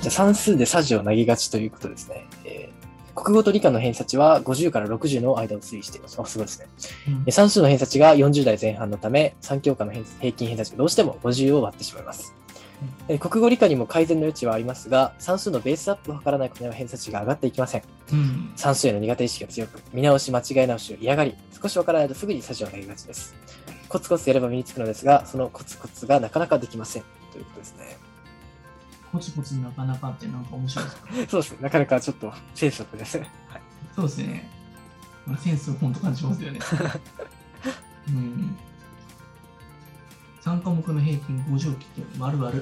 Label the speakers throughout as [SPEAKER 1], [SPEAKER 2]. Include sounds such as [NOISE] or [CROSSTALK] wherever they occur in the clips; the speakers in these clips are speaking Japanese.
[SPEAKER 1] じゃあ算数でさじを投げがちということですね。えー国語と理科の偏差値は50から60の間を推移しています。あ、すごいですね。えー算数の偏差値が40代前半のため、3教科の偏平均偏差値がどうしても50を割ってしまいます。えー国語理科にも改善の余地はありますが、算数のベースアップを図らないことには偏差値が上がっていきません。
[SPEAKER 2] うん
[SPEAKER 1] 算数への苦手意識が強く、見直し間違い直しを嫌がり、少しわからないとすぐにさじを投げがちです。コツコツやれば身につくのですが、そのコツコツがなかなかできません。ということですね。
[SPEAKER 2] コツコツなかなかってなんか面白いですね。
[SPEAKER 1] そうですね。なかなかちょっと清楚ですね。
[SPEAKER 2] そうですね。まあ、センスを本当感じ
[SPEAKER 1] [LAUGHS]
[SPEAKER 2] ますよね。うん。3科目の平均50を切って、丸々。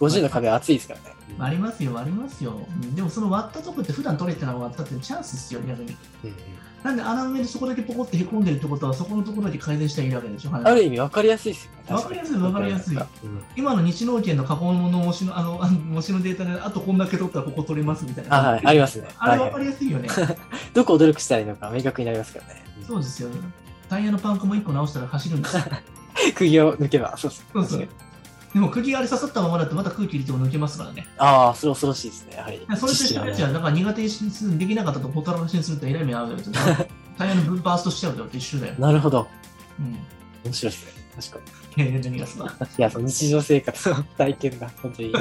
[SPEAKER 1] 50の壁は厚いですからね。
[SPEAKER 2] ありますよ、ありますよ。うんでもその割ったとこって普段取れてない割ったってチャンスですよ、逆に。
[SPEAKER 1] うんうん
[SPEAKER 2] なんで穴埋めでそこだけポコってへこんでるってことは、そこのところだけ改善したらいいわけでしょ、話
[SPEAKER 1] ある意味分かりやすいですよね。
[SPEAKER 2] 分かりやすい分かりやすい
[SPEAKER 1] わかりやすい
[SPEAKER 2] 今の日農研の加工の模試のあのあの模試のデータで、あとこんだけ取ったらここ取れますみたい
[SPEAKER 1] あ、
[SPEAKER 2] な。
[SPEAKER 1] はい、ありますね。
[SPEAKER 2] あ
[SPEAKER 1] は
[SPEAKER 2] れ
[SPEAKER 1] い
[SPEAKER 2] 分か
[SPEAKER 1] は
[SPEAKER 2] りやすいよね。
[SPEAKER 1] い、どこを努力したらいいのか明確になりますからね。
[SPEAKER 2] そうですよ。タイヤのパンクも1個直したら走る [LAUGHS] んですよ。
[SPEAKER 1] [LAUGHS] 釘を抜けば、そうですね。
[SPEAKER 2] そうそうでも釘あれ刺さったままだとまた空気入れても抜けますから [LAUGHS] ね。
[SPEAKER 1] ああ、それ恐ろしいですね。やはり。
[SPEAKER 2] それと一緒のやつは、だから苦手にするできなかったとほったらかしにするとえらい目に遭うよと。タイヤの分バーストしちゃうよって一緒だ [LAUGHS] よ。
[SPEAKER 1] なるほど。
[SPEAKER 2] うん。
[SPEAKER 1] 面白いですね。確かに。
[SPEAKER 2] えー、何がすか
[SPEAKER 1] いや、その日常生活の体験が本当に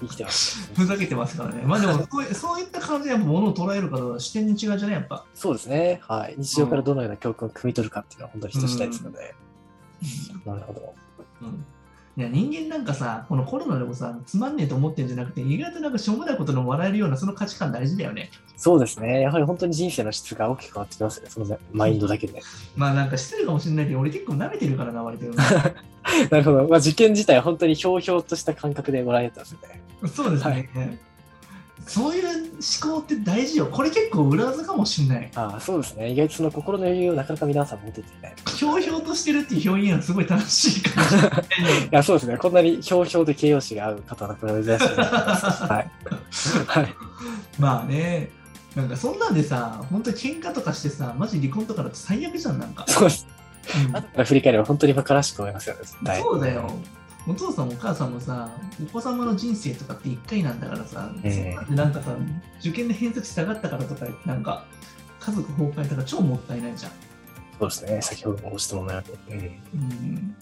[SPEAKER 1] 生きて
[SPEAKER 2] [LAUGHS]
[SPEAKER 1] ます、
[SPEAKER 2] ふざけてますからね。まあでも、そういそういった感じでやっぱ物を捉えるかどうか視点に違うじゃないやっぱ。
[SPEAKER 1] そうですね。はい。日常からどのような教訓を汲み取るかっていうのは本当に人次第ですので。なるほど。
[SPEAKER 2] うんいや人間なんかさ、このコロナでもさ、つまんねえと思ってるんじゃなくて、意外となんかしょうもないことでも笑えるような、その価値観大事だよね。
[SPEAKER 1] そうですね。やはり本当に人生の質が大きく変わってきますね。そのねマインドだけで。
[SPEAKER 2] まあなんか失礼かもしれないけど、俺結構舐めてるからな、割と。
[SPEAKER 1] [LAUGHS] なるほど。まあ、受験自体は本当にひょうひょうとした感覚でご覧になったんですね。
[SPEAKER 2] そうですね。
[SPEAKER 1] はい
[SPEAKER 2] そういう思考って大事よ。これ結構裏技かもしれない。
[SPEAKER 1] ああ、そうですね。意外とその心の余裕をなかなか皆さん持てていない。
[SPEAKER 2] ひょうひょうとしてるっていう表現はすごい楽しいかもし
[SPEAKER 1] [LAUGHS]
[SPEAKER 2] れない
[SPEAKER 1] いや、そうですね。こんなにひょうひょうで形容詞が合う方はなかなか珍 [LAUGHS] しいなと思います。はい。はい。
[SPEAKER 2] まあね、なんかそんなんでさ、本当に喧嘩とかしてさ、マジ離婚とかだと最悪じゃん、なんか。
[SPEAKER 1] そうです。
[SPEAKER 2] うん
[SPEAKER 1] 後から振り返れば本当に馬鹿らしく思いますよね。絶対
[SPEAKER 2] そうだよ。。お父さんもお母さんもさ、お子様の人生とかって一回なんだからさ、
[SPEAKER 1] ええ
[SPEAKER 2] そんなんでなんかさ、受験の偏差値下がったからとか、なんか、家族崩壊とか超もったいないじゃん。
[SPEAKER 1] そうですね。先ほどもご質問のように。うん
[SPEAKER 2] うん、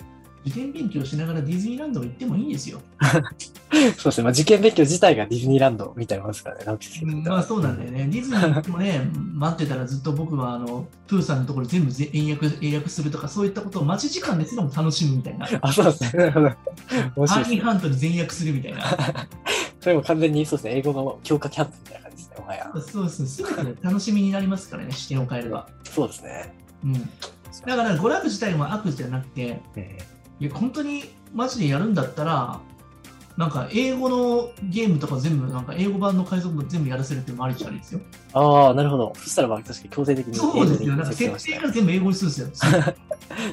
[SPEAKER 2] 受験勉強しながらディズニーランド行ってもいいんですよ。
[SPEAKER 1] そうですね。まあ、受験勉強自体がディズニーランドみたいなもんですからね。直樹先生にとっては
[SPEAKER 2] まあそうなんだよね。ディズニー行ってもね、 [LAUGHS] 待ってたらずっと僕はあのプーさんのところ全部ぜ英訳英訳するとか、そういったことを待ち時間ですらも楽しむみたいな。
[SPEAKER 1] あ、そうですね。なるほど。 [LAUGHS] 面
[SPEAKER 2] ハ
[SPEAKER 1] 白いで
[SPEAKER 2] ー
[SPEAKER 1] す
[SPEAKER 2] ニー
[SPEAKER 1] ね。
[SPEAKER 2] ハントに全訳するみたいな。
[SPEAKER 1] [LAUGHS] それも完全にそうですね。英語の強化キャンプみたいな感じですね。もはや。
[SPEAKER 2] そうですね。すべてね楽しみになりますからね、視点を変えれば。
[SPEAKER 1] そうですね。
[SPEAKER 2] うん、だから娯楽自体も悪じゃなくて、
[SPEAKER 1] うん
[SPEAKER 2] いや本当にマジでやるんだったら、なんか英語のゲームとか全部、なんか英語版の海賊も全部やらせるっていうのもありっちゃありですよ。
[SPEAKER 1] ああ、なるほど。そしたらまあ確かに強制的に
[SPEAKER 2] そうですよ。なんか
[SPEAKER 1] 設定を
[SPEAKER 2] 設
[SPEAKER 1] して
[SPEAKER 2] 定から全部英語にするんです
[SPEAKER 1] [LAUGHS]
[SPEAKER 2] よ。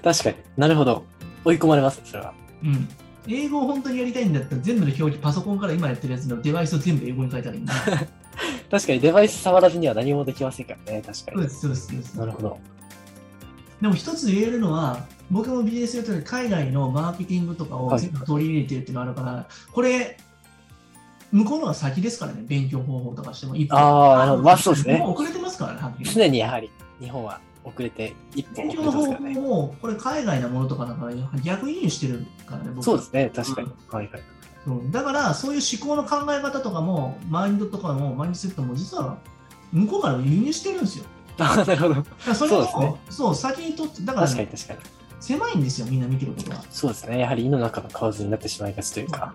[SPEAKER 1] 確かになるほど。追い込まれますね、それは。
[SPEAKER 2] うん。英語を本当にやりたいんだったら全部の表記、パソコンから今やってるやつのデバイスを全部英語に変えたらい
[SPEAKER 1] [LAUGHS]
[SPEAKER 2] いんだ。
[SPEAKER 1] 確かにデバイス触らずには何もできませんからね、確か
[SPEAKER 2] そう
[SPEAKER 1] に
[SPEAKER 2] で。す、そうです。そうです
[SPEAKER 1] なるほど。
[SPEAKER 2] でも一つ言えるのは、僕もビジネスやってる海外のマーケティングとかを
[SPEAKER 1] はい
[SPEAKER 2] 全部取り入れてるっていうのがあるから、これ、向こうのが先ですからね、勉強方法とかしても。一歩
[SPEAKER 1] ああ、なるほど。まあそうですね。
[SPEAKER 2] もう遅れてますからね、はっきり言って
[SPEAKER 1] 常にやはり日本は遅れて一歩
[SPEAKER 2] 勉
[SPEAKER 1] 遅
[SPEAKER 2] 強
[SPEAKER 1] れてま
[SPEAKER 2] の
[SPEAKER 1] すか
[SPEAKER 2] 方
[SPEAKER 1] らね。
[SPEAKER 2] 法を、これ海外のものとかだから逆輸入してるからね、僕
[SPEAKER 1] そうですね、確かに。はいはい。
[SPEAKER 2] そうだから、そういう思考の考え方とかも、マインドとかも、マインドセットも、実は向こうから輸入してるんですよ。
[SPEAKER 1] ああ、なるほど。確
[SPEAKER 2] だからそれを
[SPEAKER 1] そうですね
[SPEAKER 2] そう先にとって、だからね、
[SPEAKER 1] かに確かに。
[SPEAKER 2] 狭いんですよ、みんな見てることは。
[SPEAKER 1] そうですね。やはり胃の中の蛙になってしまいがちというか。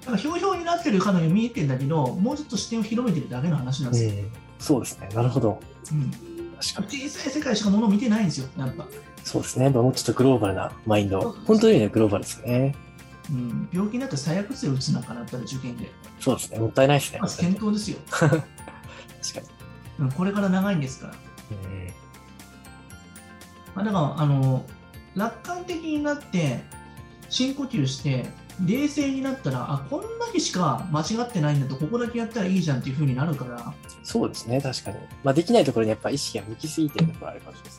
[SPEAKER 2] だからひょうひょうになってるかのように見えてんだけど、もうちょっと視点を広めてるだけの話なんですよ。
[SPEAKER 1] そうですね。なるほど。
[SPEAKER 2] うん
[SPEAKER 1] 確かに。
[SPEAKER 2] 小さい世界しかものを見てないんですよ、やっぱ。
[SPEAKER 1] そうですね。やっぱもうちょっとグローバルなマインド。本当にね、グローバルですね。
[SPEAKER 2] うん、病気になって最悪ですよ、うつなんかなったら受験で。
[SPEAKER 1] そうですね。もったいないですね。
[SPEAKER 2] まず
[SPEAKER 1] [LAUGHS] 確
[SPEAKER 2] 転倒ですよ。
[SPEAKER 1] かに。
[SPEAKER 2] うんこれから長いんですから。
[SPEAKER 1] うん
[SPEAKER 2] まあ、だからあの楽観的になって深呼吸して冷静になったらあこんだけしか間違ってないんだとここだけやったらいいじゃんっていう風になるから
[SPEAKER 1] そうですね。確かに。まあ、できないところにやっぱ意識が向きすぎてるところがあるかもしれないです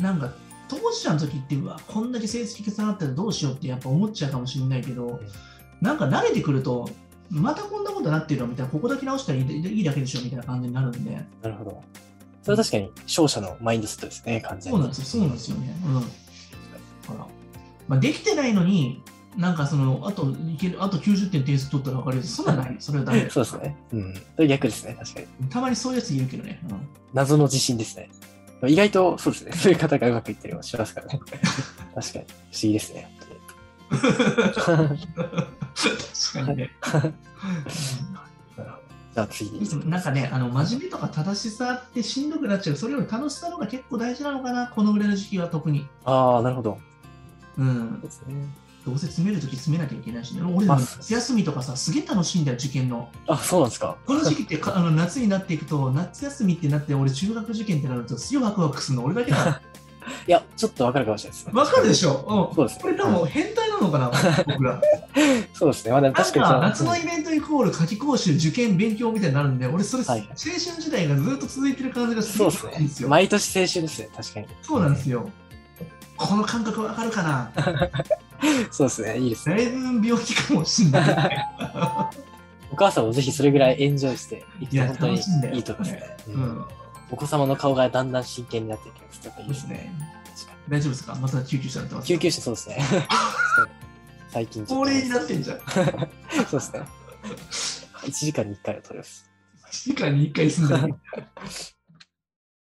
[SPEAKER 1] ね。
[SPEAKER 2] なんか当事者の時ってうわこんだけ成績が下がったらどうしようってやっぱ思っちゃうかもしれないけどなんか慣れてくるとまたこんなことなってるよみたいな、ここだけ直したらいいいいだけでしょみたいな感じになるんで、
[SPEAKER 1] なるほど。それは確かに勝者のマインドセットですね、完全
[SPEAKER 2] そ
[SPEAKER 1] に。
[SPEAKER 2] うなんですよ、そうなんですよね。うん。だから、まあ、できてないのに、なんかその、あといける、あと90点点数取ったら分かるやつ、そんなんない、それはダメ
[SPEAKER 1] そうですね。うん。それ逆ですね、確かに。
[SPEAKER 2] たまにそういうやついるけどね。うん
[SPEAKER 1] 謎の自信ですね。意外とそうですね、そういう方がうまくいったりもします
[SPEAKER 2] [LAUGHS]
[SPEAKER 1] からね。確かに、不思議ですね。本当に
[SPEAKER 2] 確かにね。
[SPEAKER 1] [LAUGHS] なるほどじゃあ次
[SPEAKER 2] うんなんかね、あの真面目とか正しさってしんどくなっちゃう、それより楽しさの方が結構大事なのかな、このぐらいの時期は特に。
[SPEAKER 1] ああ、なるほど。
[SPEAKER 2] うん
[SPEAKER 1] そう、ですね。
[SPEAKER 2] どうせ詰めるとき詰めなきゃいけないし、ね、俺、
[SPEAKER 1] まあ
[SPEAKER 2] 夏休みとかさ、すげえ楽しいんだよ、受験の。
[SPEAKER 1] あ、そうなんですか。
[SPEAKER 2] この時期ってかあの夏になっていくと、夏休みってなって、俺、中学受験ってなると、すげえワクワクするの、俺だ
[SPEAKER 1] [LAUGHS]
[SPEAKER 2] けだ。
[SPEAKER 1] いや、ちょっとわかるかもしれないですね。
[SPEAKER 2] わかるでしょ、うん、
[SPEAKER 1] そうですね
[SPEAKER 2] これ多分変態なのかな、僕ら。
[SPEAKER 1] そうですね。まあでも
[SPEAKER 2] なん
[SPEAKER 1] 確かにそ
[SPEAKER 2] か
[SPEAKER 1] の
[SPEAKER 2] 夏のイベントイコール夏季講習、受験、勉強みたいになるんで、俺、それ、
[SPEAKER 1] はい
[SPEAKER 2] 青春時代がずっと続いてる感じがす
[SPEAKER 1] そう
[SPEAKER 2] ご
[SPEAKER 1] です
[SPEAKER 2] くいいんです
[SPEAKER 1] ね。
[SPEAKER 2] よ。
[SPEAKER 1] 毎年青春ですね、確かに。
[SPEAKER 2] そうなんですよ。この感覚わかるかな
[SPEAKER 1] そうですね、いいです
[SPEAKER 2] だ
[SPEAKER 1] ね。
[SPEAKER 2] いぶ病気かもし
[SPEAKER 1] [LAUGHS]
[SPEAKER 2] んない。
[SPEAKER 1] お母さんもぜひそれぐらいエンジョイして、
[SPEAKER 2] いや
[SPEAKER 1] 本当に
[SPEAKER 2] 楽しいんだよ
[SPEAKER 1] いいとこですね。
[SPEAKER 2] う
[SPEAKER 1] うん
[SPEAKER 2] ん、
[SPEAKER 1] お子様の顔がだんだん真剣になっていきます。ちょっといい
[SPEAKER 2] で
[SPEAKER 1] ですすね。
[SPEAKER 2] ね。
[SPEAKER 1] 確かに
[SPEAKER 2] 大丈夫ですかまた救急車になってます。
[SPEAKER 1] 救急車そうです [LAUGHS] ね。ちょっと最近ちょっ
[SPEAKER 2] 高
[SPEAKER 1] と。
[SPEAKER 2] 齢になってんじゃん。
[SPEAKER 1] そうですね。1時間に1回は取れます。
[SPEAKER 2] 1時間に1回住んでる。